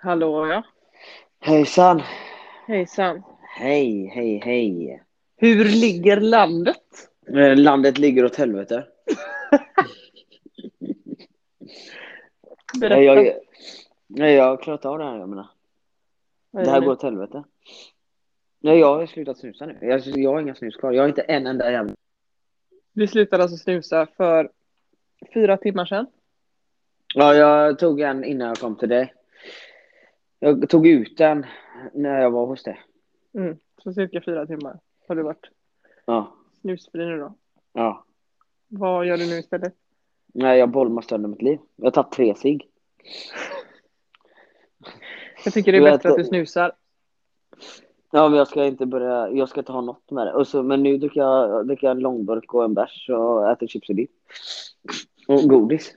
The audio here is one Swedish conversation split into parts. Hallå ja. Hejsan! Hejsan. Hej, hej, hej! Hur ligger landet? Eh, Landet ligger åt helvete. Berätta. Nej, Jag, nej, jag har klarat av det här, jag menar. Vad är Det här nu? går åt helvete. Nej, jag har slutat snusa nu. Jag, jag har inga snus kvar. Jag har inte en enda jävla... Du slutade alltså snusa för fyra timmar sedan. Ja, jag tog en innan jag kom till dig. Jag tog ut den när jag var hos dig. Mm. Så cirka fyra timmar har du varit Ja, snusfri nu då. ja. Vad gör du nu istället? Nej, jag bolmar sönder mitt liv. Jag har tagit tre cigg. Jag tycker det Du är vet- bättre att du snusar. Ja, men jag ska inte börja... Jag ska inte ha något med det. Och så, men nu dricker jag, dricker jag en långburk och en bärs och äter chips och dipp. Och godis.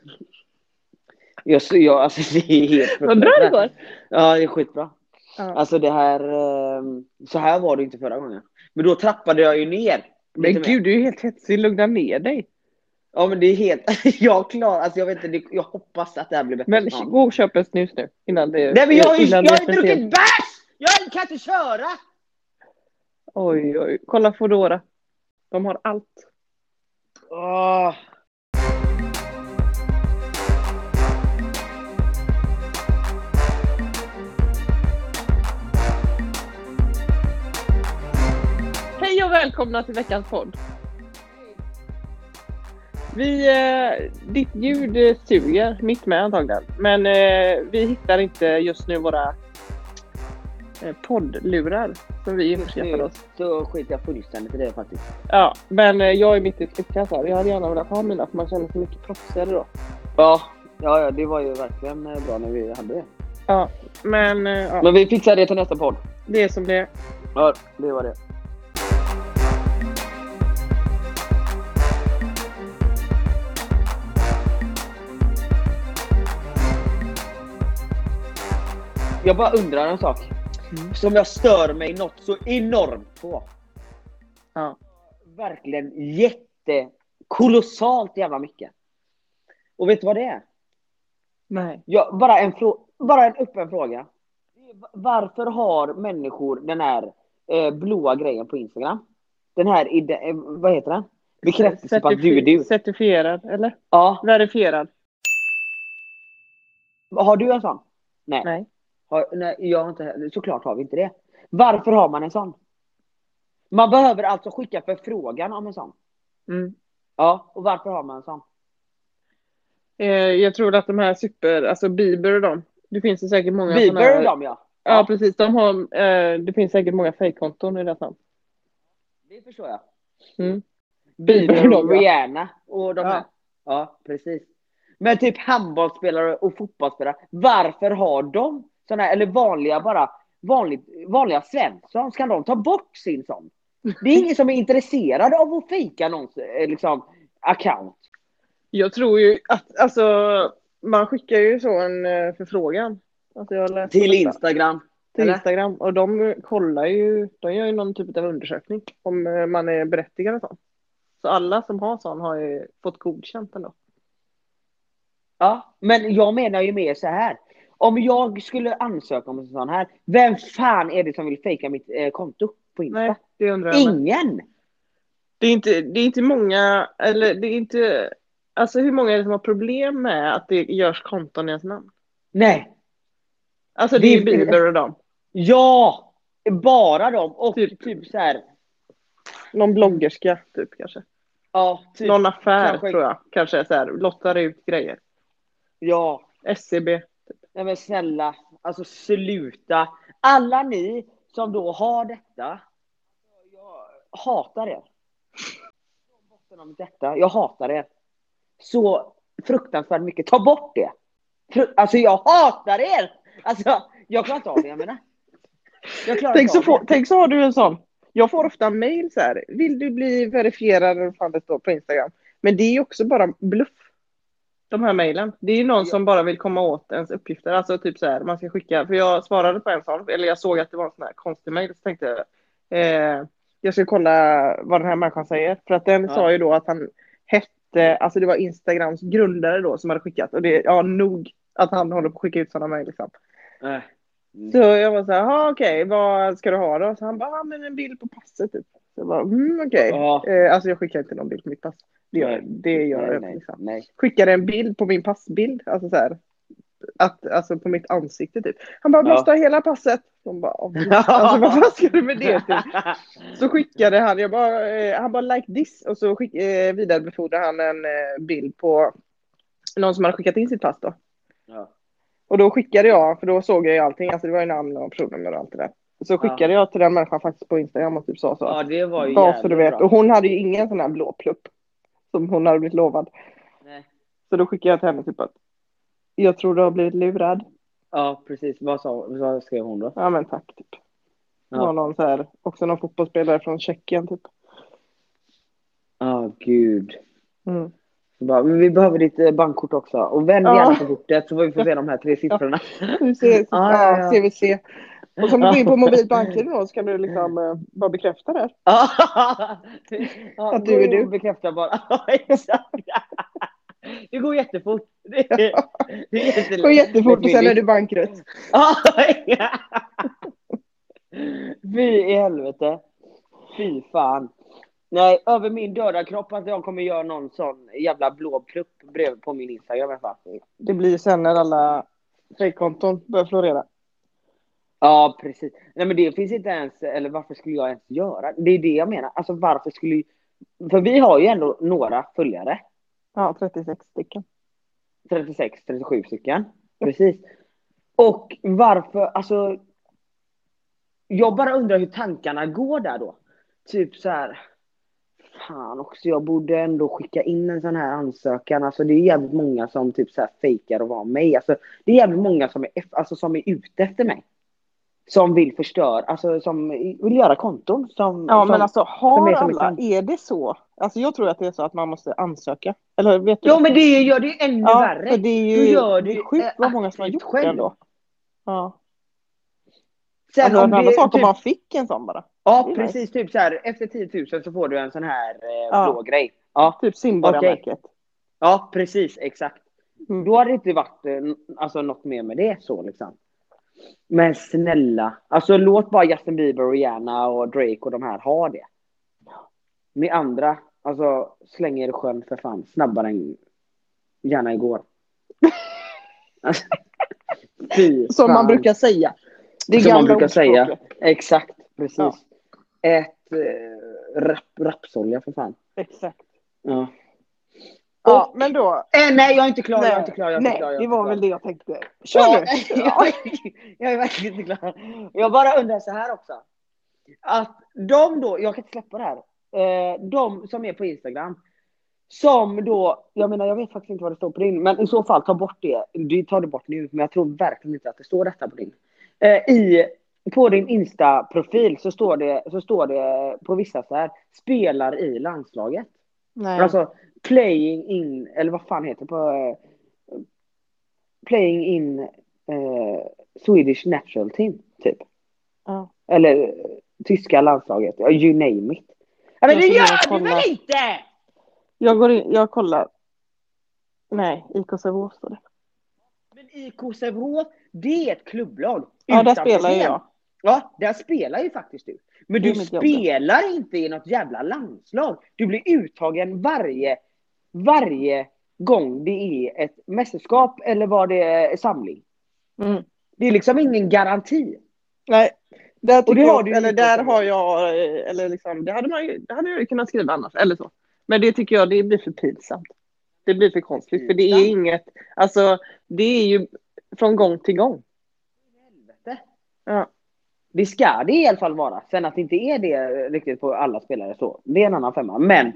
Jag, jag, alltså, det är helt Vad bra det fruktansvärt. går! Ja, det är skitbra. Ja. Alltså det här, eh, så här var det inte förra gången. Men då trappade jag ju ner. Men lite mer. gud, du är ju helt hetsig. Lugna ner dig. Ja men det är helt, jag klarar, alltså jag vet inte, det- jag hoppas att det här blir bättre Men snart. gå och köp en snus nu. Innan det, Nej men jag har ju, innan jag har det är inte för sent. druckit bärs! Jag kan inte köra! Oj, oj. Kolla Foodora. De har allt. Åh. Hej och välkomna till veckans podd. Vi, eh, ditt ljud eh, suger, mitt med antagligen. Men eh, vi hittar inte just nu våra eh, poddlurar som vi införskaffade oss. Så skiter jag fullständigt i det faktiskt. Ja, men eh, jag är mitt i ett snickras här. Jag hade gärna velat ha mina för man känner sig mycket proffsigare då. Ja, ja, ja, det var ju verkligen eh, bra när vi hade det. Men eh, ja, Men vi fixar det till nästa podd. det är som det är. Ja, det var det. Jag bara undrar en sak. Mm. Som jag stör mig något så enormt på. Ja. Verkligen jättekolossalt jävla mycket. Och vet du vad det är? Nej. Ja, bara, en frå- bara en öppen fråga. Varför har människor den här eh, blåa grejen på Instagram? Den här, ide- eh, vad heter den? Bekräftelse på att du är du. Certifierad, eller? Ja, Verifierad. har du en sån? Nej. Nej. Har, nej jag har inte, heller- såklart har vi inte det. Varför har man en sån? Man behöver alltså skicka förfrågan om en sån. Mm. Ja, och varför har man en sån? Eh, jag tror att de här super, alltså Bieber och dem. Det finns ju säkert många såna Bieber här- och dem ja. Ja, precis. De har, eh, det finns säkert många fejkkonton i deras namn. Det förstår jag. Mm. Bieber och ja. Rihanna och de Ja. här. Ja, precis. Men typ handbollsspelare och fotbollsspelare, varför har de såna här, eller vanliga bara, vanligt, vanliga Svensson, ska de ta bort sin sån? Det är ingen som är intresserad av att fejka någons eh, liksom, account. Jag tror ju att, alltså, man skickar ju så en eh, förfrågan. Alltså jag läste Till detta. Instagram. till eller? Instagram. Och de kollar ju, de gör ju någon typ av undersökning om eh, man är berättigad och sånt. Så alla som har sån har ju fått godkänt ändå. Ja, men jag menar ju mer så här. Om jag skulle ansöka om en sån här, vem fan är det som vill fejka mitt eh, konto på Insta? Nej, det undrar jag med. ingen! Det är inte, det är inte många, eller det är inte, alltså hur många är det som har problem med att det görs konton i ens namn? Nej, Alltså det är ju Det är- Bieber och dem. Ja! Bara dem och Typ. typ, så här. Någon bloggerska typ kanske. Ja, typ. Någon affär Kanske- tror jag. Kanske så här, lottar ut grejer. E Ja. SCB. Nej men snälla, alltså sluta. Alla ni som då har detta. Jag hatar er. Från botten av mitt hjärta, Jag hatar er. Så fruktansvärt mycket. Ta bort det. Fru- Alltså jag hatar er! Alltså jag klarar inte av det jag menar. Jag klarar Tänk inte så, av får, det. tänk så har du en sån. Jag får ofta mail så här. Vill du bli verifierad eller vad fan det står på Instagram? Men det är ju också bara bluff. De här mailen. Det är ju någon Ja. som bara vill komma åt ens uppgifter. Alltså typ så här man ska skicka. För jag svarade på en sån. Eller jag såg att det var en sån här konstig mail. Så tänkte jag. Eh, jag ska kolla vad den här människan säger. För att den Ja. sa ju då att han hette. Alltså det var Instagrams grundare då som hade skickat. Och det ja nog att han håller på att skicka ut sådana mejl liksom. Nej. Så jag var så här, "Jaha, okej, vad ska du ha då? Så han bara, ah, men en bild på passet typ. Så jag bara, mm, okej. Ja. Eh, alltså jag skickar inte någon bild på mitt pass. Det gör, Nej. det gör Nej, jag nej, liksom. nej. Skickade en bild på min passbild, alltså så här. Att, alltså på mitt ansikte typ. Han bara, Ja. måste ha hela passet. De bara, "Åh, alltså vad fan ska du med det till? Så skickade han, jag bara, eh, han bara like this och så skick, eh, vidarebefordrade han en eh, bild på någon som hade skickat in sitt pass då. ja. Och då skickade jag, för då såg jag ju allting, alltså det var ju namn och personnummer och allt det där. Så skickade jag till den människan faktiskt på Instagram och typ sa så. ja, det var ju bara så du jävligt vet. bra. Och hon hade ju ingen sån här blå plupp. Som hon hade blivit lovad. Nej. Så då skickade jag till henne typ att jag tror du har blivit lurad. Ja, precis. Vad, sa, vad skrev hon då? Ja men tack typ. Det Ja. var någon så här, också någon fotbollsspelare från Tjeckien typ. Ja, gud. Mm. Så bara, men vi behöver ditt eh, bankkort också. Och vänd Ja. gärna på kortet så får vi få se de här tre siffrorna. Nu ser- Ja, Ah, ja, ja. ja, CVC. Och som du går in på mobilt bank-ID då så kan du liksom eh, bara bekräfta det. ja, Att du är gå in du. och Bekräfta bara. Ja, exakt. Det går jättefort. Det, det är jättelätt. Det går jättefort och sen är du bankrutt. Ja, ja. Fy i helvete. Fy fan. Nej, över min döda kropp att jag kommer göra någon sån jävla blå plupp bredvid på min Instagram i alla fall. Det blir ju sen när alla fejkkonton börjar florera. Ja, precis. Nej, men det finns inte ens, eller varför skulle jag ens göra? Det är det jag menar. Alltså varför skulle... För vi har ju ändå några följare. Ja, 36 stycken. 36, 37 stycken. Precis. Och varför, alltså... Jag bara undrar hur tankarna går där då. Typ så här... Fan också, jag borde ändå skicka in en sån här ansökan. Alltså det är jävligt många som typ så här fejkar att vara mig. Alltså det är jävligt många som är, eff- alltså, som är ute efter mig. Som vill förstöra, alltså som vill göra konton. Som, Ja, som, men alltså som har är som ett alla, sant- är det så? Alltså jag tror att det är så att man måste ansöka. Eller vet du? Jo men det gör det ju ännu Ja, värre. för det är Då ju gör det du är sjukt vad många som har aktivt gjort själv. det ändå. Ja. Sen Alltså, om en annan det, sak om typ, man fick en sån bara. Ja, Det är precis. Typ så här, efter 10 000 så får du en sån här eh, Ja. blå grej. Ja, Typ Simborgarmärket. ja, precis. Exakt. Mm. Då har det inte varit eh, n- alltså, något mer med det så liksom. Men snälla, alltså låt bara Justin Bieber och Rihanna och Drake och de här ha det. Ni andra, alltså släng er i sjön för fan snabbare än gärna igår. Alltså, fy Som man fan. brukar säga. Det är Som man gamla brukar säga. ordspråket. Exakt, precis. Ja. Ät eh, rap, rapsolja för fan. Exakt. Ja. Ja, men då. Äh, Eh, nej, jag är inte klar. jag är inte klar. Jag är inte nej, klar, jag är det inte var klar. väl det jag tänkte. Kör Ja, nu! nej, Ja. jag, jag är verkligen inte klar. Jag bara undrar så här också. Att de då, jag kan inte släppa det här. Eh, De som är på Instagram. Som då, jag menar jag vet faktiskt inte vad det står på din, men i så fall ta bort det. Du tar det bort nu, men jag tror verkligen inte att det står detta på din. Eh, I, på din Insta-profil så står det, så står det på vissa så här, spelar i landslaget. Nej. Alltså playing in, eller vad fan heter det på... eh, Playing in eh, Swedish national team, typ. Ja. Eller eh, tyska landslaget, ja, you name it. Ja, Jag men det ska gör bara du kolla. väl inte? Jag går in, jag kollar. Nej, IK Sävehof står det. Men IK Sävehof, det är ett klubblag. Ja, där utanför spelar ju scen. jag. Ja, där spelar ju faktiskt du. Men Det du är mitt jobb, det. spelar inte i något jävla landslag. Du blir uttagen varje, varje gång det är ett mästerskap eller vad det är, samling. Mm. Det är liksom ingen garanti. Nej, där, Och det tycker har jag, du ju eller inte där fått. har jag, eh, eller liksom, det hade, man ju, det hade jag ju kunnat skriva annars, eller så. Men det tycker jag, det blir för pinsamt. Det blir för konstigt, för det är Pinsamt? inget, alltså det är ju från gång till gång. Helvete. Ja. Det ska det i alla fall vara. Sen att det inte är det riktigt på alla spelare så, det är en annan femma. Men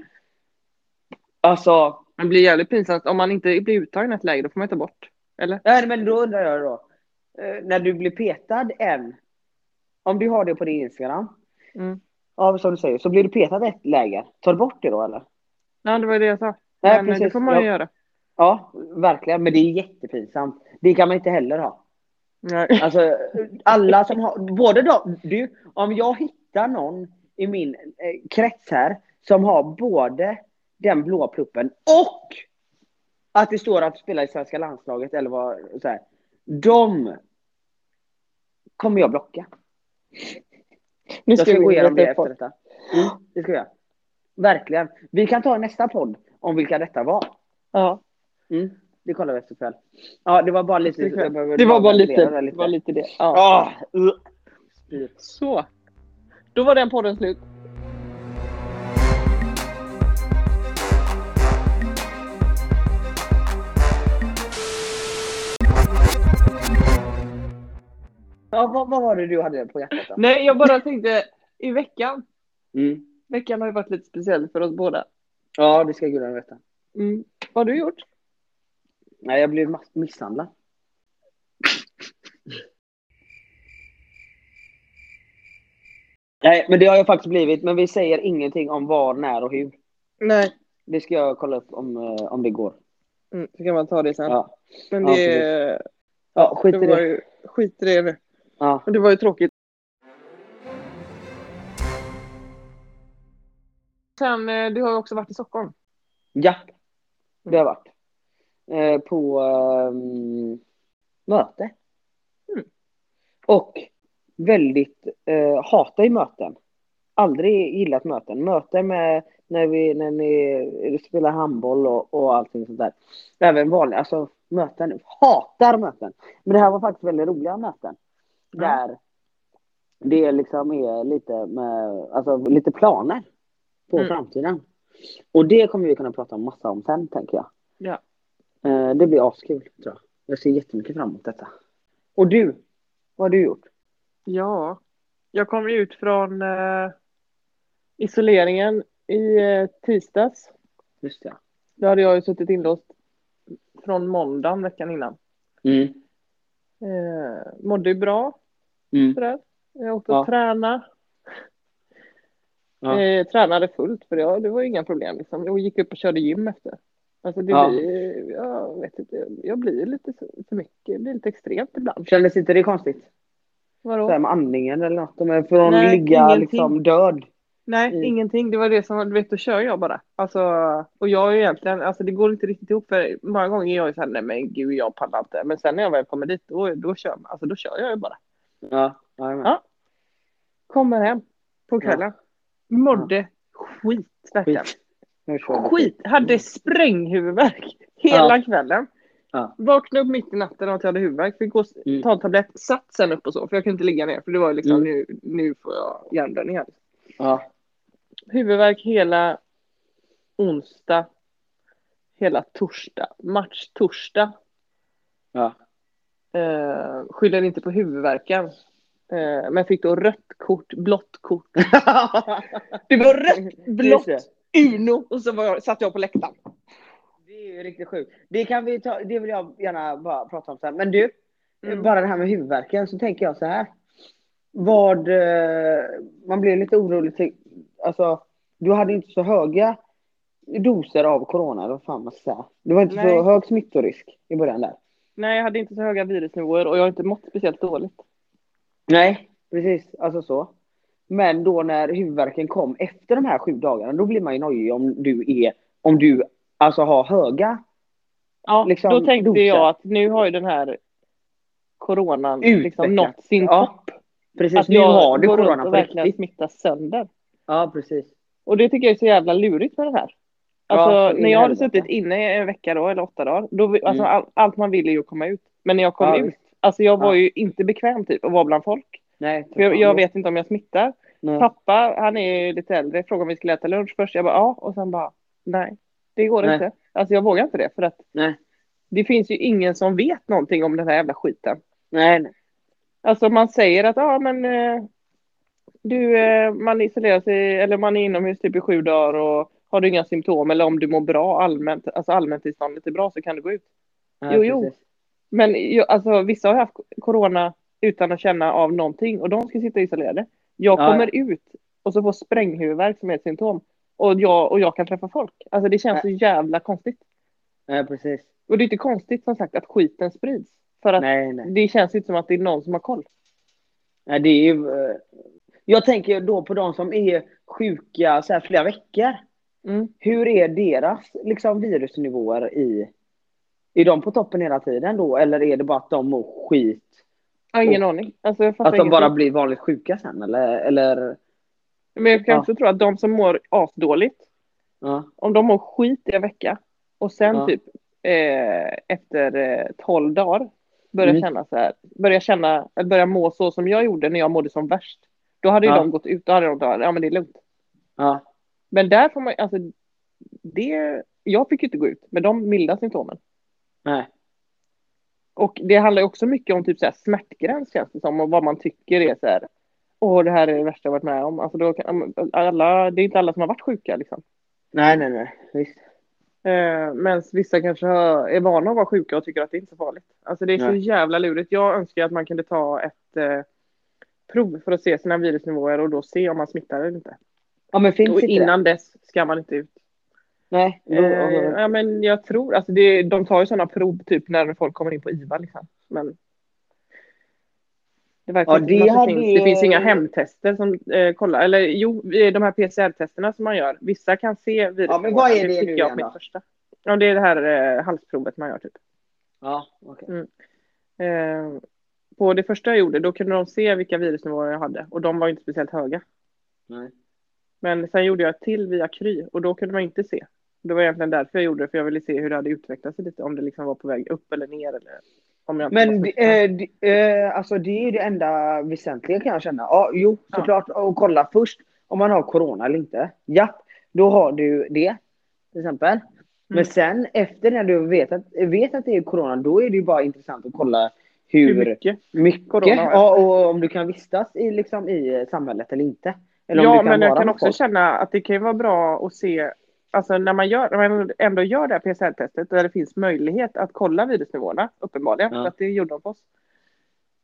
alltså, Det blir jävligt pinsamt, om man inte blir uttagen i ett läge, då får man ju ta bort. Eller? nej, men då undrar jag då. eh, När du blir petad en, om du har det på din Instagram, Mm. ja, som du säger, så blir du petad ett läger. Tar du bort det då eller? Ja, det var ju det jag sa. Nej, Men eh, det precis. får man ju Ja. göra. Ja, verkligen. Men det är jättepinsamt. Det kan man inte heller ha. Nej. Alltså alla som har, både de, du, om jag hittar någon i min eh, krets här som har både den blåa pluppen och att det står att spela i svenska landslaget eller vad, så här. De kommer jag blocka. Nu Jag ska ska vi gå igenom det berätta efter för- detta. Mm, det ska jag. Verkligen. Vi kan ta nästa podd om vilka detta var. Ja, Mm, det kollar vi efter kväll. Ja, det var bara lite... Det kan- jag behöver det var bara lite, ventilera det var lite det. Ja. Ah, uh. Spyr. Så. Då var den podden slut. Ja, vad, vad var det du hade på hjärtat då? Nej, jag bara tänkte i veckan. Mm. Veckan har ju varit lite speciell för oss båda. Ja, det ska gudarna veta. Mm. Vad har du gjort? Nej, jag blev mass- misshandlad. Nej, men det har jag faktiskt blivit. Men vi säger ingenting om var, när och hur. Nej, Det ska jag kolla upp om, eh, om det går. mm, så kan man ta det sen. Ja, Men Ja, det, ja skit i det var det. ju, skit i det nu. Ja. Men Det var ju tråkigt. Sen, eh, du har ju också varit i Stockholm. ja, det har jag varit. Eh, på ehm, möte. Mm. Och väldigt, eh, hatar ju möten. Aldrig gillat möten. Möten med när vi, när ni spelar handboll och, och allting sånt där. Även vanliga, alltså möten. Hatar möten. Men det här var faktiskt väldigt roliga möten. Där det liksom är lite, med, alltså, lite planer på Mm. framtiden. Och det kommer vi kunna prata om massa om sen tänker jag. Ja. Eh, det blir askul tror jag. Jag ser jättemycket fram emot detta. Och du, vad har du gjort? Ja, jag kom ju ut från eh, isoleringen i eh, tisdags. Just det. Då hade jag ju suttit inlåst från måndagen veckan innan. Mm. Eh, mådde ju bra Mm. sådär. Jag åkte Ja. och tränade. Ja. Eh, tränade fullt för det, det var ju inga problem liksom. Jag gick upp och körde gym efter. Alltså det Ja. blir, jag vet inte, jag blir lite så- för mycket, det blir lite extremt ibland. Kändes inte det konstigt? Vadå? Så här med andningen eller något. De är från Nej, ligga ingenting. liksom död. Nej, Mm. ingenting. Det var det som, du vet, då kör jag bara. Alltså, och jag är ju egentligen, alltså det går inte riktigt ihop för många gånger är jag ju såhär, nej men gud jag pallar inte. Men sen när jag väl kommer dit, då, då kör man. Alltså då kör jag ju bara. Ja, ja, jag med. Ja. Kommer hem på kvällen. Mådde skit verkligen. Skit. Nu kör vi. Skit. Hade spränghuvudvärk hela kvällen. Ja. Vaknade upp mitt i natten av att jag hade huvudvärk. Fick gå och s- Mm. ta en tablett. Satt sen upp och så, för jag kunde inte ligga ner. För det var ju liksom, Mm. nu, nu får jag hjärnblödning här. Ja. huvudvärk hela onsdag, hela torsdag, matchtorsdag. Ja. Eh, skyller inte på huvudvärken. Eh, men fick då rött kort, blått kort. Det var rött, blått, Just Uno och så var jag, satt jag på läktaren. Det är ju riktigt sjukt. Det kan vi ta, det vill jag gärna bara prata om sen. Men du, Mm. bara det här med huvudvärken så tänker jag så här. Vad, eh, man blir lite orolig till, alltså du hade inte så höga doser av corona eller vad fan man ska säga. Det var inte Nej. så hög smittorisk i början där. Nej, jag hade inte så höga virusnivåer och jag har inte mått speciellt dåligt. Nej. Precis, alltså så. Men då när huvudvärken kom efter de här sju dagarna, då blir man ju nojig om du är, om du alltså har höga Ja, Liksom, då tänkte doser. jag att nu har ju den här coronan Utvecklat. liksom nått sin Ja, topp. Precis, Att nu jag har du går runt corona på och verkligen riktigt. smittas sönder. Ja, precis. Och det tycker jag är så jävla lurigt med det här. Ja, Alltså så in när i jag hade helvete. suttit inne en vecka då, eller åtta dagar, då, vi- alltså, Mm. all, allt man ville är ju att komma ut. Men när jag kom Ja, ut, visst. alltså jag var Ja. ju inte bekväm typ att vara bland folk. Nej, För jag, jag vet inte om jag smittar. Nej. Pappa, han är ju lite äldre, frågade om vi skulle äta lunch först. Jag bara ja, och sen bara nej, det går Nej. inte. Alltså jag vågar inte det för att Nej. det finns ju ingen som vet någonting om den här jävla skiten. Nej, nej. Alltså man säger att ja men eh, du, eh, man isolerar sig eller man är inomhus typ i sju dagar och har du inga symptom eller om du mår bra allmänt, alltså allmäntillståndet är bra så kan du gå ut. Nej, Jo, jo. precis. Men ju- alltså vissa har haft corona utan att känna av någonting och de ska sitta isolerade. Jag Ja, kommer ut och så får spränghuvudvärk som är ett symptom och jag, och jag kan träffa folk. Alltså det känns så jävla konstigt. Nej, precis. Och det är inte konstigt som sagt att skiten sprids. För att Nej, nej. det känns inte som att det är någon som har koll. nej det är ju, eh, jag tänker då på de som är sjuka så här, flera veckor. Mm. Hur är deras liksom, virusnivåer i... Är de på toppen hela tiden då? Eller är det bara att de mår skit? Jag har ingen aning. Alltså, jag fattar Att de ingenting. bara blir vanligt sjuka sen eller? eller Men jag kan Ja. också tro att de som mår asdåligt, ja. om de mår skit i en vecka och sen Ja. typ eh, efter eh, 12 dagar börjar Mm. känna så här, börjar känna, eller börjar må så som jag gjorde när jag mådde som värst. Då hade ju Ja. de gått ut och hade de sagt, ja men det är lugnt. ja. Men där får man alltså, det, jag fick ju inte gå ut med de milda symptomen. Nej. Och det handlar ju också mycket om typ så här smärtgräns känns det som och vad man tycker är så här. Åh, det här är det värsta jag varit med om. Alltså då kan, alla, det är inte alla som har varit sjuka liksom. Nej, nej, nej. Visst. Eh, medan vissa kanske har, är vana att vara sjuka och tycker att det inte är så farligt. Alltså det är så Nej. jävla lurigt. Jag önskar att man kunde ta ett eh, prov för att se sina virusnivåer och då se om man smittar eller inte. Ja, men finns Och inte det? innan dess ska man inte ut. Nej. Eh, ja, men jag tror, alltså det, de tar ju sådana prov typ när folk kommer in på IVA liksom. Men det, verkar Ja, inte det som att hade- det, finns, det finns inga hemtester som eh, kollar. Eller jo, eh, de här PCR-testerna som man gör. Vissa kan se virus. Ja, men vad är det fick nu jag på igen mitt då? första. Ja, det är det här eh, halsprovet man gör typ. ja okej. Eh, på det första jag gjorde, då kunde de se vilka virusnivåer jag hade. Och de var ju inte speciellt höga. Nej. Men sen gjorde jag ett till via Kry och då kunde man inte se. Det var egentligen därför jag gjorde det, för jag ville se hur det hade utvecklats lite, om det liksom var på väg upp eller ner eller om jag inte var Men smittad. eh, d- eh, alltså det är ju det enda väsentliga kan jag känna. Ja, jo, Ja. såklart. Och kolla först om man har corona eller inte. Ja, då har du det. Till exempel. Men Mm. sen efter när du vet att, vet att det är corona, då är det ju bara intressant att kolla hur, hur mycket? mycket corona har jag. ja, och om du kan vistas i, liksom, i eh, samhället eller inte. Eller om ja, du kan men jag vara kan med också folk. känna att det kan ju vara bra att se, alltså när man, gör, när man ändå gör det här PCR-testet, där det finns möjlighet att kolla virusnivåerna, uppenbarligen, Ja. för att det gjorde de på oss.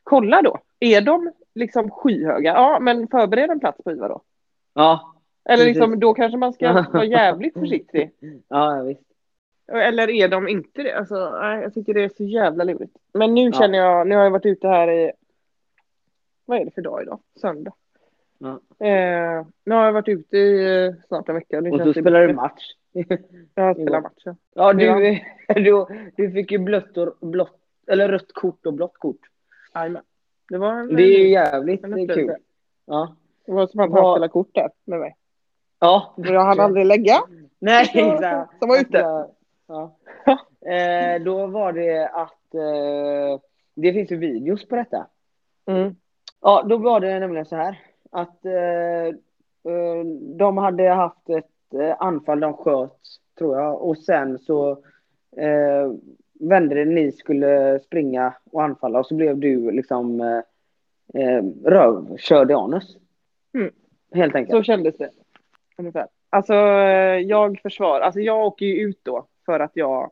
Kolla då, är de liksom skyhöga? Ja, men förbered en plats på IVA då. Ja, Eller Precis. liksom, då kanske man ska vara jävligt försiktig. ja ja, visst. Eller är de inte det? Alltså, nej, jag tycker det är så jävla lurigt. Men nu Ja. känner jag, nu har jag varit ute här i, vad är det för dag idag? Söndag. Ja. Eh, nu har jag varit ute i eh, snart en vecka. nu Och känns så det spelar du bättre. match. Jag spelar igår. matchen. Ja, du, du, du fick ju blött och blått, eller rött kort och blått kort. Jajamän. Det var en, Det är jävligt en det är kul. upplevelse. Ja. Det var som att Vad- han spelade kort där med mig. ja. Och jag hann aldrig lägga. Nej, Ja, exakt. Som var ute. Ja. Eh, då var det att eh, det finns ju videos på detta. Mm. Ja, då var det nämligen så här att eh, eh, de hade haft ett eh, anfall de sköt, tror jag, och sen så eh, vände det, ni skulle springa och anfalla och så blev du liksom eh, eh, rövkörd i anus. Mm. Helt enkelt. Så kändes det. Ungefär. Alltså eh, jag försvarar, alltså jag åker ju ut då för att jag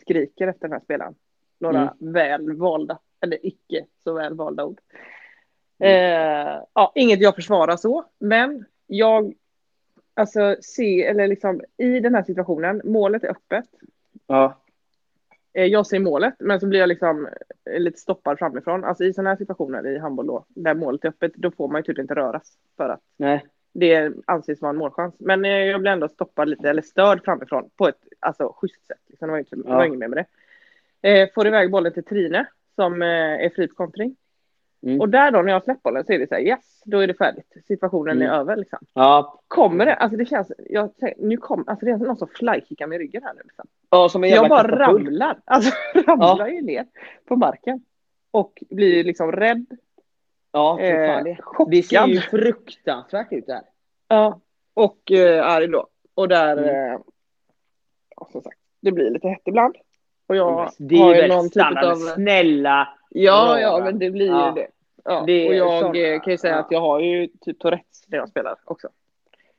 skriker efter den här spelaren. Några välvalda, eller icke så välvalda ord. Eh, ja, inget jag försvarar så, men jag, alltså se, eller liksom i den här situationen, målet är öppet. ja. Eh, Jag ser målet, men så blir jag liksom eh, lite stoppad framifrån. Alltså i sådana här situationer i handboll då, där målet är öppet, då får man ju tydligen inte röras för att Nej. det anses vara en målchans. Men eh, jag blev ändå stoppad lite, eller störd framifrån på ett alltså, schysst sätt. Liksom, det var, inte, det var Ja. inget mer med det. Eh, får iväg bollen till Trine som eh, är friskontring. Mm. Och där då när jag släpper bollen så är det så här yes, då är det färdigt. Situationen Mm. är över liksom. Ja. Kommer det, alltså det känns, jag, tänker, nu kom, alltså det är någon som flykickar mig i ryggen här nu. Liksom. ja, som en Jag jävla bara katapult. ramlar, alltså ramlar ju ner på marken. Och blir liksom rädd, Ja, för eh, fan det. Det ser chockad. ju fruktansvärt ut där. Ja, och eh, arg då. Och där, Mm. eh, ja, som sagt, det blir lite hett ibland. Och jag alltså, Det har är ju väl någon typ standard, av... snälla. Ja, rara. ja, men det blir ju Ja. det. Ja. Det är och jag sådana- eh, kan ju säga ja. att jag har ju typ Tourettes när jag spelar också.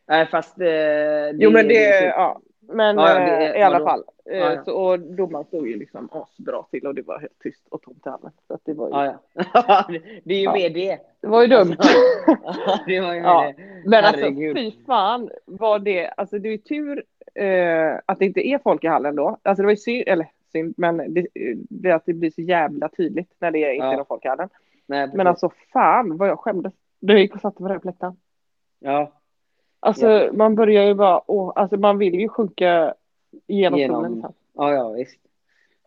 Nej, fast eh, det Jo, men det, är- typ- ja. Men Ja, ja, det eh, är- i alla vadå? fall. Eh, Ja, ja. Så, och domaren stod ju liksom asbra till och det var helt tyst och tomt i hallen. Så att det var ju, Ja, ja. Det är ju Ja. med det. det var ju dumt. Ja, det var ju med Ja. det. Men alltså Herregud. fy fan vad det, alltså det är ju tur eh, att det inte är folk i hallen då. Alltså det var ju synd, eller synd, men det, det, att det blir så jävla tydligt när det inte Ja. är någon folk i hallen. Nej, Men alltså fan vad jag skämdes. Du gick och satte mig där på läktaren. ja, Alltså Ja. man börjar ju bara, åh, alltså man vill ju sjunka genom, Genom- stolen. Liksom. ja, ja, visst.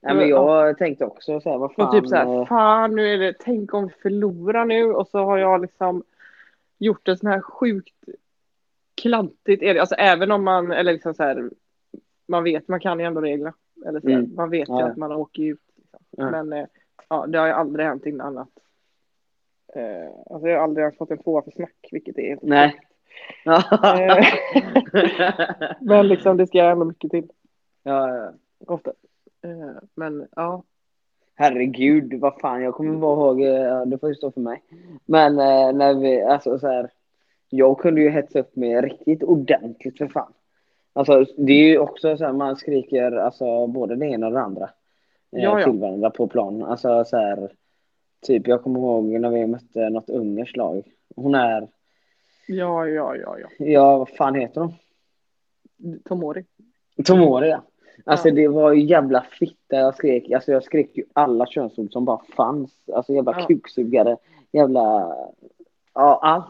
Nej, men jag tänkte också så här, vad Och fan. typ så här, eh, fan nu är det, tänk om vi förlorar nu och så har jag liksom gjort en sån här sjukt klantigt, är det, alltså även om man, eller liksom så här, man vet, man kan ju ändå reglerna. Eller så här, Mm. Man vet ju Ja. att man åker ut. Liksom. Ja. Men eh, ja, det har ju aldrig hänt innan att, eh, alltså jag har aldrig ens fått en tvåa för snack, vilket är helt Nej. Eh, Men liksom det ska ändå mycket till, ja, ja. ofta. Eh, men ja, Herregud, vad fan, jag kommer bara ihåg, eh, ja, det får ju stå för mig. Men eh, när vi, alltså så här, jag kunde ju hetsa upp mig riktigt ordentligt för fan. Alltså det är ju också så här, man skriker alltså både det ena och det andra. Eh, Ja, ja. Till varandra på plan. Alltså så här, typ jag kommer ihåg när vi mötte något ungerskt lag. Hon är, ja, ja, ja, ja. ja vad fan heter hon? Tomori. Tomori ja. Alltså Ja. det var ju jävla fitta jag skrek. Alltså jag skrek ju alla könsord som bara fanns. Alltså jävla Ja. kuksugare, jävla... Ja, allt.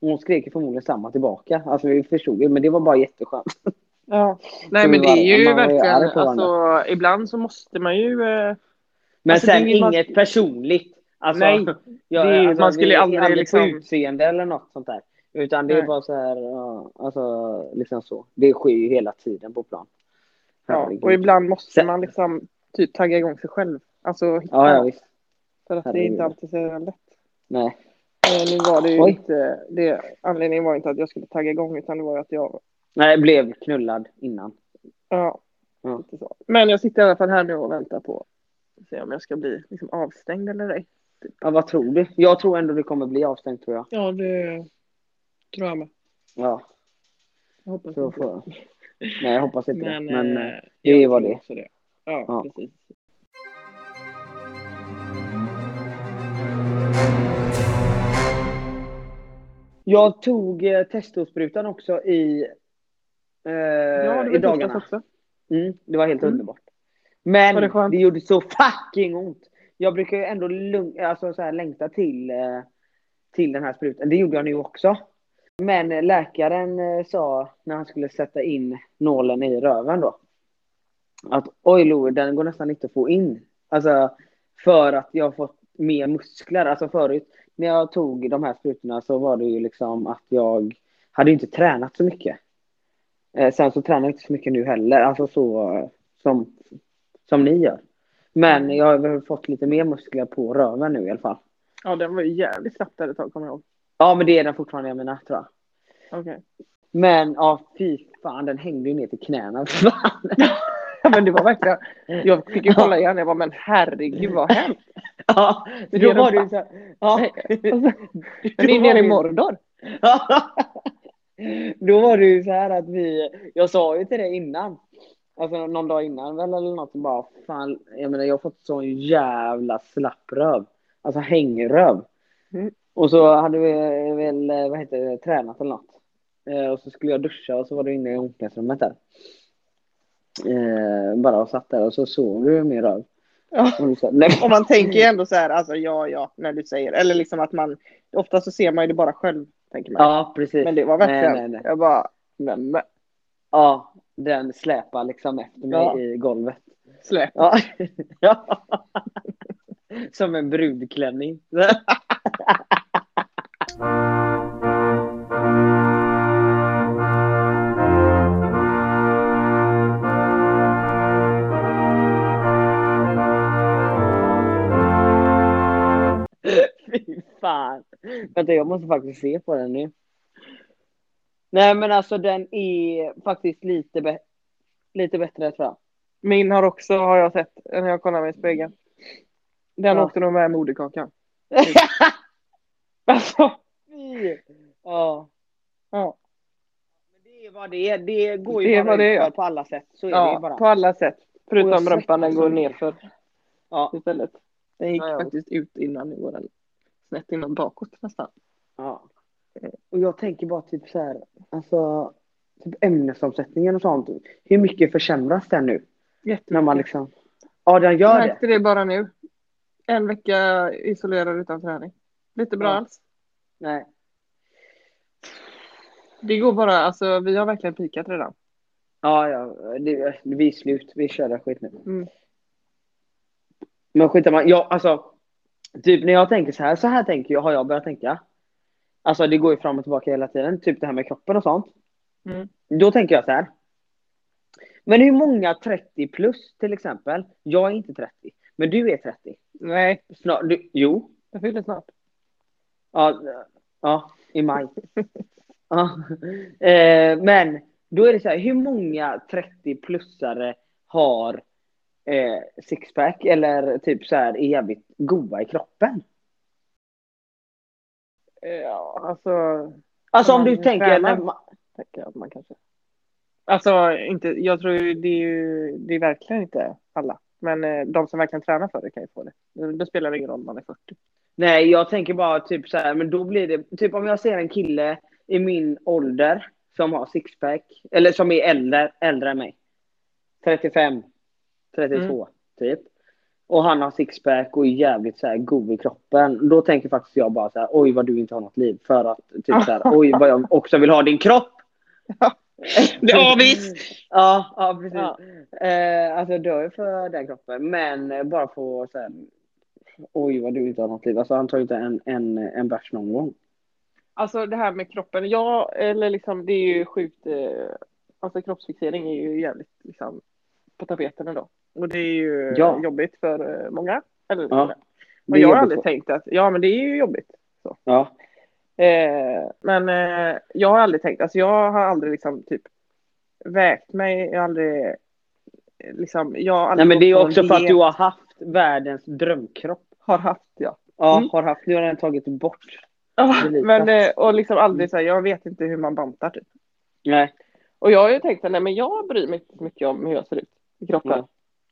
Hon skrek ju förmodligen samma tillbaka. Alltså vi förstod ju, men det var bara jätteskönt. Ja. Nej Så men det var- är ju man var ju verkligen, arg på varandra. alltså ibland så måste man ju, eh, Men Alltså, det är sen ju man- inget personligt. Alltså, Nej, jag, det är- man skulle vi är aldrig liksom- på utseende eller något sånt där. Utan det är Nej. bara så här, ja, alltså liksom så. Det sker ju hela tiden på plan. ja, Herregud. och ibland måste Sen- man liksom typ tagga igång sig själv. Alltså hitta Ja, ja något, visst. för att det är herregud. inte alltid så lätt. Nej. Eh, nu var det ju Oj. inte, det, anledningen var inte att jag skulle tagga igång utan det var ju att jag, Nej, blev knullad innan. ja. Ja. Lite så. Men jag sitter i alla fall här nu och väntar på att se om jag ska bli liksom, avstängd eller ej. Ja, vad tror du? Jag tror ändå det kommer bli avstängt tror jag. Ja det tror jag med. Ja, Jag hoppas så får jag. Nej, jag hoppas inte Men, det. Men eh, eh, det jag var tror det. också det. Ja, Ja. precis. jag tog eh, testosprutan också i, eh, Ja, det var i dagarna. dagarna. också. Mm, det var helt Mm. underbart. Men Var det det, skönt? gjorde så fucking ont. Jag brukar ju ändå lugn, alltså så här, längta till, eh, till den här sprutan. Det gjorde jag nu också. Men eh, läkaren eh, sa när han skulle sätta in nålen i röven då. Att oj Lo, den går nästan inte att få in. Alltså för att jag har fått mer muskler. Alltså förut när jag tog de här sprutorna så var det ju liksom att jag hade inte tränat så mycket. Eh, sen så tränar jag inte så mycket nu heller, alltså så eh, som, som ni gör. Men jag har väl fått lite mer muskler på röven nu i alla fall. Ja, den var ju jävligt slapp där ett tag, kommer jag ihåg. Ja, men det är den fortfarande jag menar tror jag. Okej. Men ja, fy fan, den hängde ju ner till knäna. Fan. Ja, men det var verkligen... Jag fick ju kolla igen. Jag bara, men herregud vad hänt? Ja, men då Ner och var det Alltså, ju så här- ja. Den Då är var nere det- i Mordor. Ja. Då var det ju så här att vi, jag sa ju till dig innan, alltså någon dag innan väl eller något, bara fan, jag menar jag har fått sån jävla slappröv, alltså hängröv. Mm. Och så hade vi väl, eh, vad heter det, tränat eller något. Eh, och så skulle jag duscha och så var du inne i omklädningsrummet där. Eh, bara och satt där och så såg du min röv. Ja. Och du sa, nej. Och man tänker ju ändå så här, alltså ja, ja, när du säger. Eller liksom att man... Ofta så ser man ju det bara själv, tänker man. Ja, precis. Men det var verkligen... Nej, nej, nej. Jag bara, men, men Ja, den släpar liksom efter mig Ja. i golvet. släpp. Ja. ja. Som en brudklänning. Fy fan. Vänta, jag måste faktiskt se på den nu. Nej, men alltså den är faktiskt lite, bä- lite bättre tror jag. Min har också, har jag sett, när jag kollar mig i spegeln. Den Ja. åkte nog med moderkakan. Alltså, fy. Ja. Ja, Men det är vad det är. Det går Det ju är bara vad det ut är. för på alla sätt. Så är det ju ja bara. på alla sätt. Och jag Förutom rumpan, den svettas går så mycket. nerför. Ja. istället. Den gick Ja, ja. faktiskt ut innan nu går den snett innan bakåt nästan. ja. Och jag tänker bara typ så här, alltså typ ämnesomsättningen och sånt. Hur mycket försämras den nu? När man Jättemycket. liksom, ja den Jag gör det. märkte det bara nu. En vecka isolerad utan träning. Lite bra Ja. alls. Nej. Det går bara, alltså vi har verkligen pikat redan. Ja, ja, det, vi är slut. Vi kör det här skit nu. Mm. Men skitsamma, jag, alltså. Typ när jag tänker så här, så här tänker jag, har jag börjat tänka. Alltså det går ju fram och tillbaka hela tiden, typ det här med kroppen och sånt. Mm. Då tänker jag så här. Men hur många 30 plus till exempel, jag är inte 30, men du är 30. Nej, Snart, du, jo, jag fyller snart. Ja, ja i maj. ja. Eh, men då är det så här, hur många 30-plussare har eh, sixpack eller typ så här är jävligt goa i kroppen? Ja, alltså, Alltså Om om du man tänker, tränar. när man, tänker jag att man kanske... Alltså, inte, jag tror ju det är ju det är verkligen inte alla. Men eh, de som verkligen tränar för det kan ju få det. Då- Då spelar det ingen roll om man är 40. nej jag tänker bara typ så här, men då blir det, typ om jag ser en kille i min ålder som har sixpack, eller som är äldre, äldre än mig. 35, Mm. 32 typ. Och han har sixpack och är jävligt så här god i kroppen. Då tänker faktiskt jag bara så här, oj vad du inte har något liv. För att typ så här, oj vad jag också vill ha din kropp. Ja, visst. Ja, ja precis. Ja. Eh, alltså jag dör ju för den kroppen. Men eh, bara få så här, oj vad du inte har något liv. Alltså han tar ju inte en, en, en bärs någon gång. Alltså det här med kroppen, ja, eller liksom det är ju sjukt, eh, alltså kroppsfixering är ju jävligt liksom på tapeten ändå. Och det är ju Ja. jobbigt för eh, många. Eller, Ja, och Det är jag har jobbigt aldrig på- tänkt att, ja men det är ju jobbigt. Ja, Eh, men eh, jag har aldrig tänkt, alltså jag har aldrig liksom typ vägt mig, jag har aldrig eh, liksom, jag har nej aldrig men det är gått på också någon för att du diet. har haft världens drömkropp. har haft ja. Ja, Mm. har haft, nu har den tagit bort. Ja, lite. Mm. men eh, och liksom aldrig så här, jag vet inte hur man bantar typ. Nej, Och jag har ju tänkt att nej men jag bryr mig inte så mycket om hur jag ser ut i kroppen. Ja.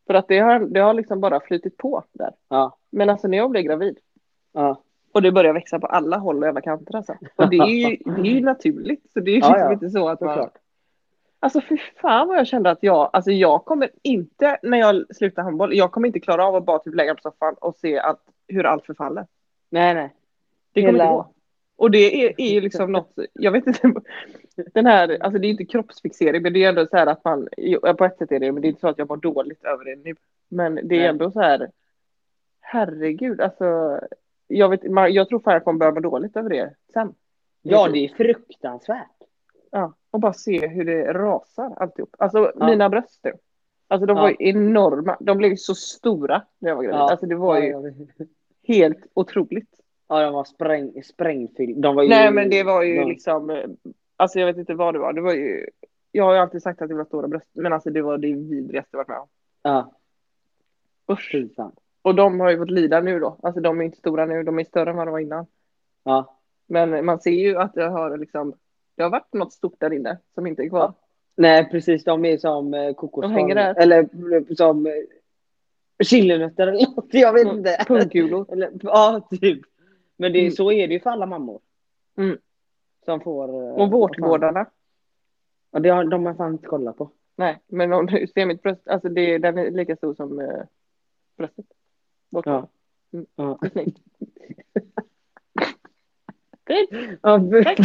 För att det har, det har liksom bara flytit på där. ja, Men alltså när jag blev gravid ja. och det börjar växa på alla håll och jävla kanter alltså. Och det är ju, det är ju naturligt. Så det är ju Ja, liksom ja. inte så att man... Såklart. Alltså fy fan vad jag kände att jag, alltså jag kommer inte när jag slutar handboll, jag kommer inte klara av att bara typ lägga mig på soffan och se att, hur allt förfaller. Nej, nej. Det kommer Hela- inte gå. Och det är, är ju liksom något, jag vet inte, den här, alltså det är inte kroppsfixering, men det är ändå så här att man, jo, på ett sätt är det, men det är inte så att jag mår dåligt över det nu. Men det är Nej. ändå så här, herregud, alltså, jag, vet, man, jag tror fan jag kommer börja må dåligt över det sen. Ja, det är fruktansvärt. Ja, och bara se hur det rasar alltihop. Alltså Ja. mina bröst nu. Alltså de Ja. var ju enorma. De blev ju så stora när jag var gravid. Ja. Alltså det var ju Ja, ja. helt otroligt. Ja, de var spräng, sprängfylld. De var ju... Nej men det var ju de- liksom, eh, alltså jag vet inte vad det var. Det var ju, jag har ju alltid sagt att det var stora bröst, men alltså det var det vidrigaste jag varit med om. Ja, Usch. fy fan. Och de har ju fått lida nu då. Alltså de är inte stora nu, de är större än vad de var innan. Ja. Men man ser ju att det har liksom, det har varit något stort där inne som inte är kvar. Ja. Nej, precis. De är som eh, kokosfrön. De hänger där. Eller eh, som eh, chilinötter eller något. Jag vet Mm. inte. Pungkulor. Eller, ja, typ. Men det, är- Mm. så är det ju för alla mammor. Mm. Som får... eh, Och vad fan. vårtgårdarna. Ja, det har de har fan inte kollat på. Nej, men om du ser mitt bröst, alltså det, den är lika stor som eh, bröstet. Bort. Ja. Mm. Ja. Snyggt. Ja, Tack.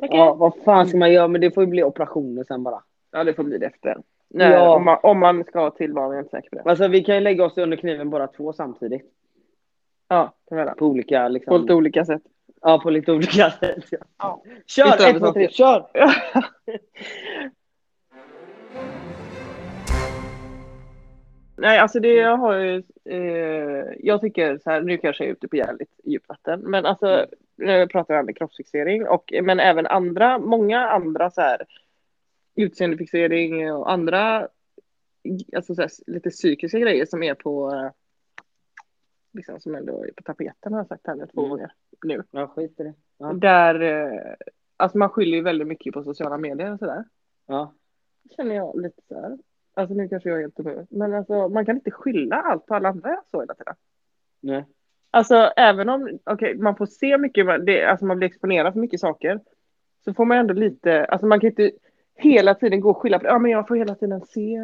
ja, vad fan ska man göra? Men det får ju bli operationer sen bara. Ja, det får bli det efter. Nej, Ja. om, man, om man ska ha tillval, jag är inte säker på det. Alltså vi kan ju lägga oss under kniven bara två samtidigt. Ja, kan vi göra. På olika liksom. På lite olika sätt. Ja, på lite olika sätt. ja. Ja. Kör! Utöver Ett, två, tre, saker. kör! Nej, alltså det Mm. jag har ju, eh, jag tycker så här, nu kanske jag är ute på jävligt djupt vatten, men alltså Mm. nu pratar vi om kroppsfixering och men även andra, många andra så här utseendefixering och andra alltså så här, lite psykiska grejer som är på eh, liksom som ändå är på tapeten har jag sagt här nu två Mm. gånger. Ja, skit i det. Ja. Där, eh, alltså man skyller ju väldigt mycket på sociala medier och sådär Ja. känner jag lite så här. Alltså nu kanske jag är helt dum i huvudet, men alltså man kan inte skylla allt på alla andra så hela tiden. Nej. Alltså även om, okej man får se mycket, men det, alltså man blir exponerad för mycket saker. Så får man ändå lite, alltså man kan inte hela tiden gå och skylla på, ja men jag får hela tiden se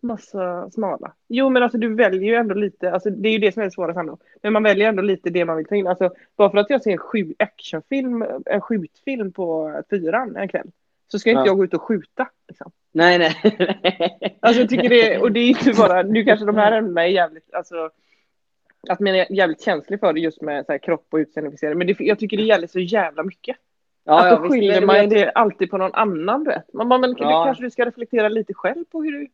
massa smala. Jo men alltså du väljer ju ändå lite, alltså det är ju det som är det svåra ändå. Men man väljer ändå lite det man vill ta in. Alltså bara för att jag ser en sju actionfilm, en skjutfilm på fyran en kväll. så ska inte Ja. jag gå ut och skjuta. Liksom. Nej, nej. Alltså jag tycker det, och det är inte bara, nu kanske de här ämnena är jävligt, alltså att man är jävligt känslig för det just med så här, kropp och utseendefixering. Men det, jag tycker det gäller så jävla mycket. ja, att ja, då visst, skyller men man ju jag- det alltid på någon annan du vet. Man bara, men Ja. du, kanske du ska reflektera lite själv på hur du...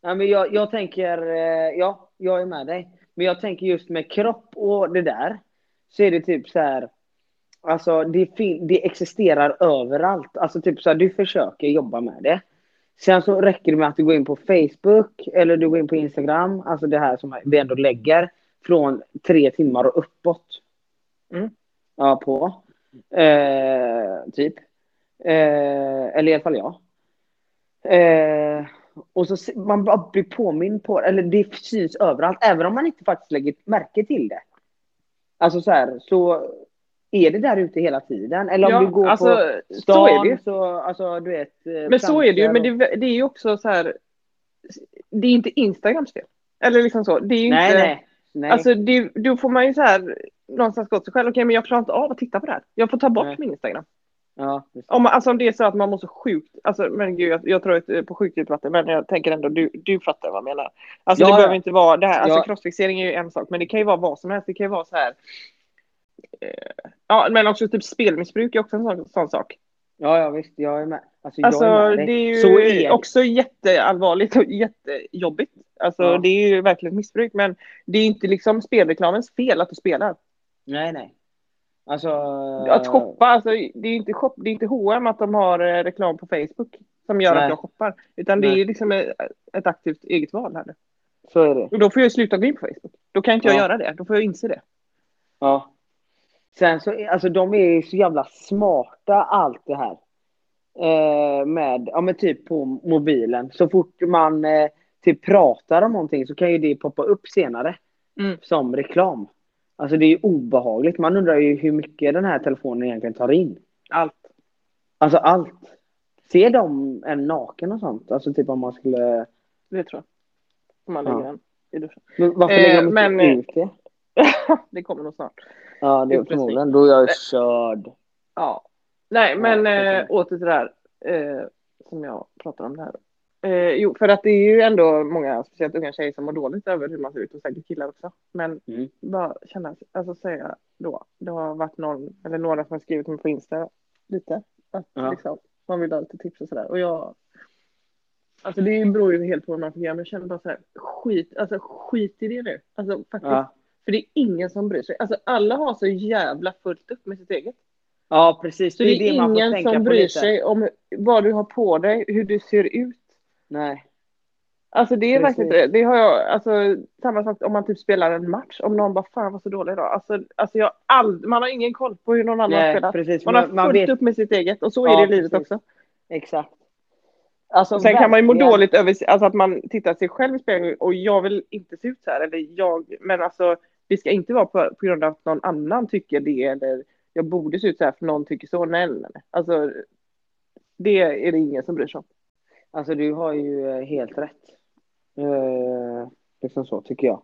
Ja, men jag, jag tänker, eh, ja, jag är med dig. Men jag tänker just med kropp och det där. Så är det typ så här. Alltså det, fin- det existerar överallt. Alltså typ så här, du försöker jobba med det. Sen så räcker det med att du går in på Facebook eller du går in på Instagram. Alltså det här som vi ändå lägger från tre timmar och uppåt. Mm. Ja, på. Eh, typ. Eh, eller i alla fall jag. Eh, och så se- man bara blir påmind på eller det syns överallt, även om man inte faktiskt lägger märke till det. Alltså så här, så är det där ute hela tiden. Eller om Ja, du går alltså, på stan så är det ju. så, alltså du vet. Men så är det ju, men det, det är ju också så här, det är inte Instagrams fel. Eller liksom så, det är ju Nej, inte... nej. nej. Alltså det, då får man ju så här någonstans gå till sig själv. Okej, men jag klarar inte av att titta på det här. Jag får ta bort Nej. min Instagram. ja, precis. Om, man- alltså om det är så att man mår så sjukt, alltså men gud jag, jag tror att eh, på sjukt djupt vatten, men jag tänker ändå du, du fattar vad jag menar. Alltså Ja, det ja. behöver inte vara det här, alltså Ja. kroppsfixering är ju en sak, men det kan ju vara vad som helst, det kan ju vara så här. eh, Ja, men också typ spelmissbruk är också en sån, sån sak. ja, ja visst, jag är med. Alltså, Alltså jag är med dig. det är ju så är det. också jätteallvarligt och jättejobbigt. Alltså Ja. det är ju verkligen ett missbruk, men det är inte liksom spelreklamens fel att du spelar. Nej, nej. Alltså. Att shoppa, alltså, det är ju inte, shop, det är inte H&M att de har eh, reklam på Facebook som gör Nej. att jag shoppar. Utan det Nej. är ju liksom eh, ett aktivt eget val här nu. Så är det. Och då får jag ju sluta gå in på Facebook. Då kan inte jag Ja. göra det. Då får jag inse det. Ja. Sen så, är- alltså de är ju så jävla smarta allt det här. Eh, med, ja men typ på mobilen. Så fort man eh, typ pratar om någonting så kan ju det poppa upp senare. Mm. Som reklam. Alltså det är ju obehagligt. Man undrar ju hur mycket den här telefonen egentligen tar in. Allt. Alltså allt. Ser de en naken och sånt? Alltså typ om man skulle... Det tror jag. Om man Ja. lägger den i duschen. Men varför Eh, lägger de inte men, eh, ut det? det kommer nog snart. Ja, det är upplösning. förmodligen. Då är jag ju körd. Ja. Nej, men det tror jag. eh, åter till det här eh, som jag pratar om det här. Eh, jo, för att det är ju ändå många, speciellt unga tjejer, som mår dåligt över hur man ser ut och säkert killar också. Men Mm. bara känna, alltså säga då, det har varit någon eller några som har skrivit till mig på Insta lite, att Ja. liksom, man vill ha lite tips och sådär. Och jag, alltså det beror ju helt på vad man får göra, men jag känner bara så här, skit, alltså skit i det nu. Alltså faktiskt, Ja. för det är ingen som bryr sig. Alltså alla har så jävla fullt upp med sitt eget. ja, precis. Så det det är det man får ingen tänka som på bryr lite. sig om vad du har på dig, hur du ser ut. Nej. Alltså det är Precis. verkligen inte det. har jag, alltså samma sak om man typ spelar en match, om någon bara fan vad så dålig idag. Alltså, alltså jag har ald- man har ingen koll på hur någon annan Nej, spelar. precis. Man Man- har man fullt vet- upp med sitt eget och så Ja, är det i livet precis. också. Exakt. Alltså, Och sen kan man ju må verkligen. dåligt över alltså att man tittar sig själv i spegeln och jag vill inte se ut så här eller jag, men alltså det ska inte vara på, på grund av att någon annan tycker det eller jag borde se ut så här för någon tycker så. Nej, nej, nej. Alltså det är det ingen som bryr sig om. Alltså du har ju eh, helt rätt. Eh, liksom så tycker jag.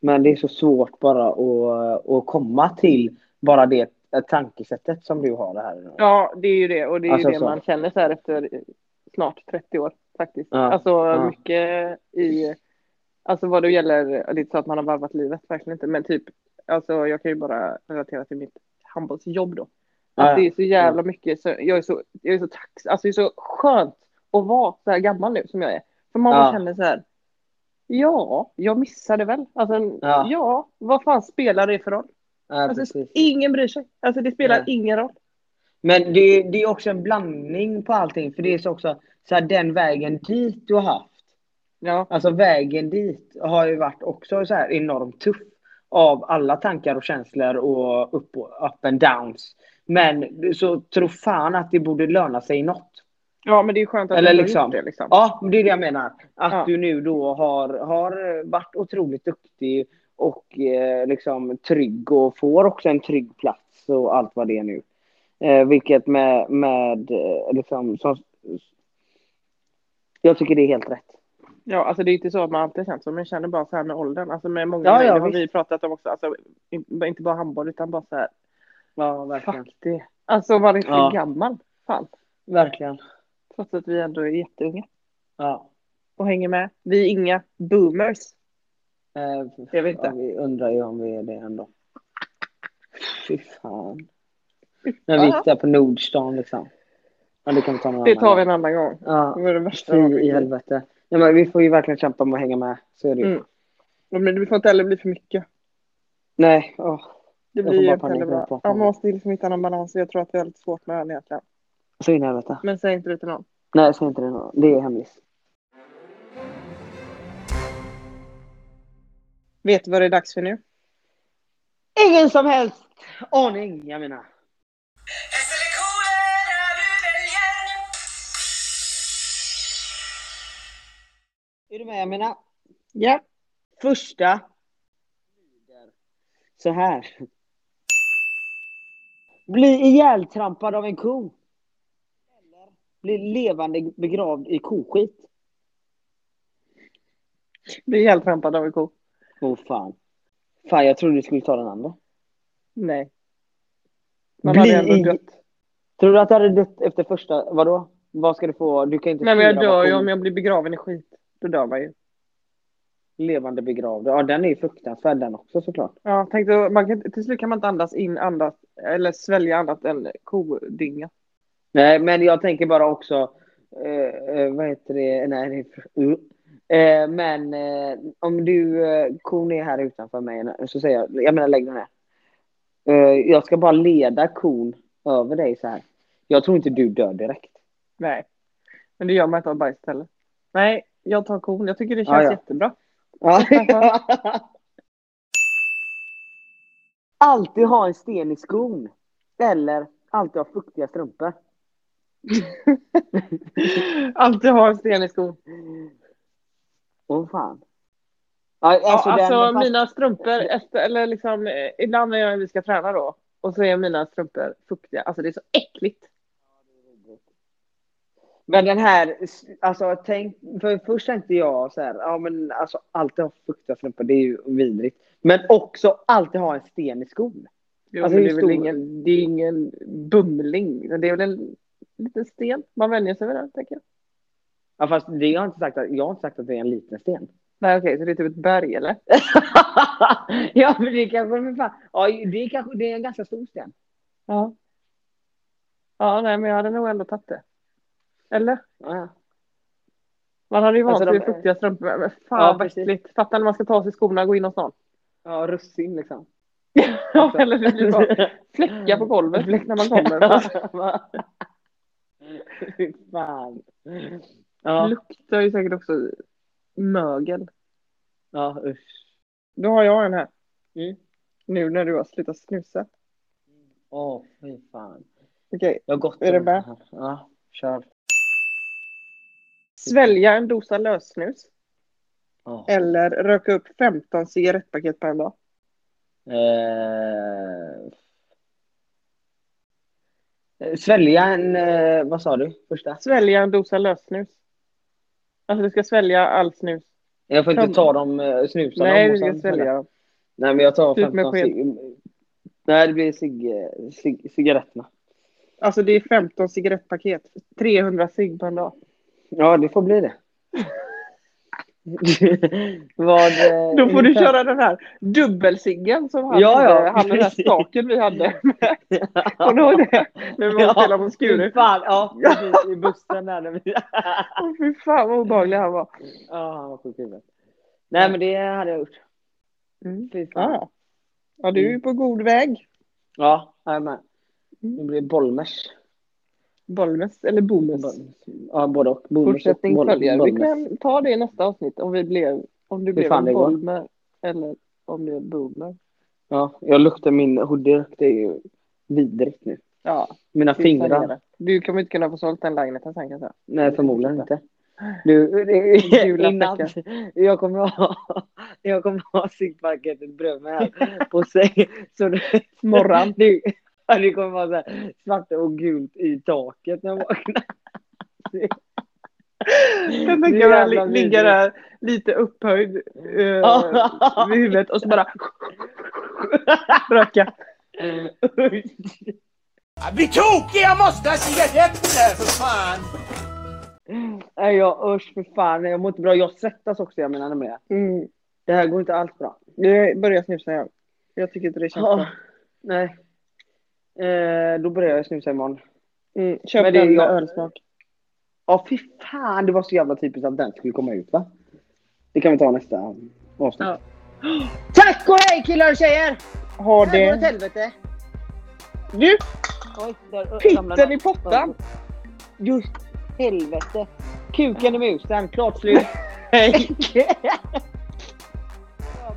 Men det är så svårt bara att, att komma till bara det eh, tankesättet som du har det här. nu. Ja, det är ju det. Och det är Alltså, ju det så. man känner så här efter eh, snart 30 år faktiskt. Ja, Alltså ja. mycket i, alltså vad det gäller, det är inte så att man har varvat livet, verkligen inte. Men typ, alltså jag kan ju bara relatera till mitt handbollsjobb då. Att Ja, Mm. det är så jävla mycket, så jag är så, jag är så tax, alltså det är så skönt att vara så här gammal nu som jag är. För man Ja. känner så här, ja, jag missade väl. Alltså, Ja. ja. vad fan spelar det för roll? Ja, Alltså, precis. ingen bryr sig. Alltså det spelar Nej. ingen roll. Men det, det är också en blandning på allting. För det är så också så här, den vägen dit du har haft. Ja. Alltså vägen dit har ju varit också så här enormt tuff av alla tankar och känslor och upp, och up and downs. Men så tro fan att det borde löna sig i något. Ja, men det är skönt att Eller du har liksom- gjort det. Liksom. Ja, men det är det jag menar. Att Ja. du nu då har, har varit otroligt duktig och eh, liksom trygg och får också en trygg plats och allt vad det är nu. Eh, vilket med, med eh, liksom som, Jag tycker det är helt rätt. Ja, alltså det är inte så att man alltid har känt så, men jag känner bara så här med åldern. Alltså med många Ja, män, ja, det har visst. vi pratat om också, alltså, in- inte bara handboll utan bara så här, Ja, verkligen. fuck det. Alltså man är så Ja. gammal. Fan. Verkligen. Fast att vi ändå är jätteunga Ja. och hänger med. Vi är inga boomers. Eh, Jag vet inte. Ja, vi undrar ju om vi är det ändå. Fy fan. När vi gick där på Nordstan liksom. Ja, det kan vi ta någon Det annan tar vi gång. en annan gång. Det Ja, var det värsta. fy i helvete. Ja, men vi får ju verkligen kämpa med att hänga med. Så är det ju. Mm. Men det får inte heller bli för mycket. Nej, åh. Det Jag blir får ju bara inte heller panik när jag bra. pratar Ja, om man måste liksom hitta någon balans. Jag tror att jag har lite svårt med den egentligen. så in i helvete. Men säg inte det till någon. Nej, säg inte det. nu. Det är hemligt. Vet du vad det är dags för nu? Ingen som helst aning, jag menar. Häst eller kora när du väljer Är du med, jag menar? Ja. Första. Så här. Bli ihjältrampad av en ko. Eller bli levande begravd i koskit. Blir helt trampad av en ko. Åh fan. Fan, jag trodde du skulle ta den andra. Nej. Man Bli hade ändå i- dött. Tror du att du hade dött efter första, vadå? Vad ska du få? Du kan inte Nej men jag styra dör vad ju kon- om jag blir begraven i skit. Då dör man ju. Levande begravd. Ja, den är ju fruktansvärd den också såklart. Ja, tänk då, man kan, till slut kan man inte andas in andas eller svälja annat än kodynga. Nej, men jag tänker bara också, eh, eh, vad heter det, nej, det är fr- uh. eh, men eh, om du, eh, kon är här utanför mig, så säger jag, jag menar lägg den här. Eh, jag ska bara leda kon över dig så här. Jag tror inte du dör direkt. Nej. Men det gör man inte av bajs heller. Nej, jag tar kon. Jag tycker det känns Ja, ja. jättebra. Ja. alltid ha en sten i skon. Eller alltid ha fuktiga strumpor. Alltid ha en sten i skon. Åh oh, fan. Ja, Alltså, alltså, ja, den- alltså mina strumpor, efter, eller liksom, eh, ibland när jag- vi ska träna då, och så är mina strumpor fuktiga. Alltså det är så äckligt. Men den här, alltså tänk, för först tänkte jag så här, ja men alltså alltid ha fuktiga strumpor, det är ju vidrigt. Men också alltid ha en sten i skon. Jo, Alltså, men det, hur är väl stor- ingen, det är ingen bumling. Det är väl en liten sten. Man vänjer sig vid den, tänker jag. Ja fast det har jag inte sagt, att, jag har inte sagt att det är en liten sten. Nej, okej, så det är typ ett berg, eller? ja men det kanske, men fan, ja det är kanske, det är en ganska stor sten. Ja. Ja, nej, men jag hade nog ändå tagit det. Eller? Ja. Man hade ju vant sig Alltså, vid de- fuktiga strumpor. Men fan Ja, vad precis. äckligt. Fattar när man ska ta sig skorna och gå in hos någon. Ja, russin liksom. Alltså. Ja, eller det blir bara fläckar på golvet när man kommer. Fy fan. Ja, Luktar ju säkert också mögel. ja usch. Då har jag en här. Mm. Nu när du har slutat snusa. Åh, fy fan. Okej. Jag har gått Är det runt med? här. Ja, kör. Svälja en dosa lössnus. Ja. Eller röka upp 15 cigarettpaket på en dag. Eh, svälja en, eh, vad sa du, första? Svälja en dosa lössnus. Alltså du ska svälja all snus. Jag får Fem- inte ta dem, eh, snusa Nej, dem du och ska sen svälja dem. Nej, men jag tar Ut med 15 cig... Nej, det blir cig... cig... cigaretterna. Alltså det är 15 cigarettpaket. 300 cigg på en dag. Ja, det får bli det. vad... eh, Då får du ungefär- köra den här dubbelciggen som han Ja, hade. ja, Han den här precis. staken vi hade. Kommer du ihåg det? När vi var och Ja, spelade på Skuru. Fy fan, ja, precis, i bussen där. När vi... Åh, Fy fan vad obehaglig han var. Ja, han var sjukt huvud. Nej, men det hade jag gjort. Mm. Fy fan. Ja. ja, du är Mm. ju på god väg. Ja, jag är med. Mm. Det blir Bollmers. Bollnäs eller Bomus. Bollmers. Ja, både och. Bollmers och Fortsättning Boll- följer. Vi Bollmers. kan ta det i nästa avsnitt om vi blev, om du blev fan en det går. Bolmer eller om du är en Boomer. Ja, jag luktar min hoodie. Det är ju vidrigt nu. Ja, Mina fingrar. Du kommer inte kunna få sålt den lägenheten sen kanske. Nej, förmodligen inte. Du, det- Gula innan, jag kommer ha, jag kommer ha zinkpaketet bredvid mig här på sig. Så det, Morran. Du, ja, det kommer vara så här, svart och gult i taket när jag vaknar. Jag Nu tänker bara jävlar li- blir ligga det. där lite upphöjd eh, vid huvudet och så bara röka. Usch. Jag blir tokig, jag måste ha cigaretter för fan! Nej, jag usch för fan. Jag mår inte bra. Jag svettas också, jag menar med. Mm. Det här går inte alls bra. Jag börjar snusa jag. Jag tycker inte det känns Ja. bra. Nej. Eh, då börjar jag snusa imorgon. Mm. Köp den Men det är med jag- ölsmak. Ja, fy fan. Det var så jävla typiskt att den skulle komma ut, va? Det kan vi ta nästa avsnitt. Ja. Tack och hej killar och tjejer! Ha Det här går åt det. helvete. Du, Oj, där ö- ramlade pitten den. i pottan! Just helvete. Kuken i musen, klart slut. Hej,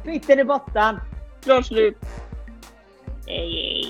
Pitten i botten. klart slut. Hej, hej.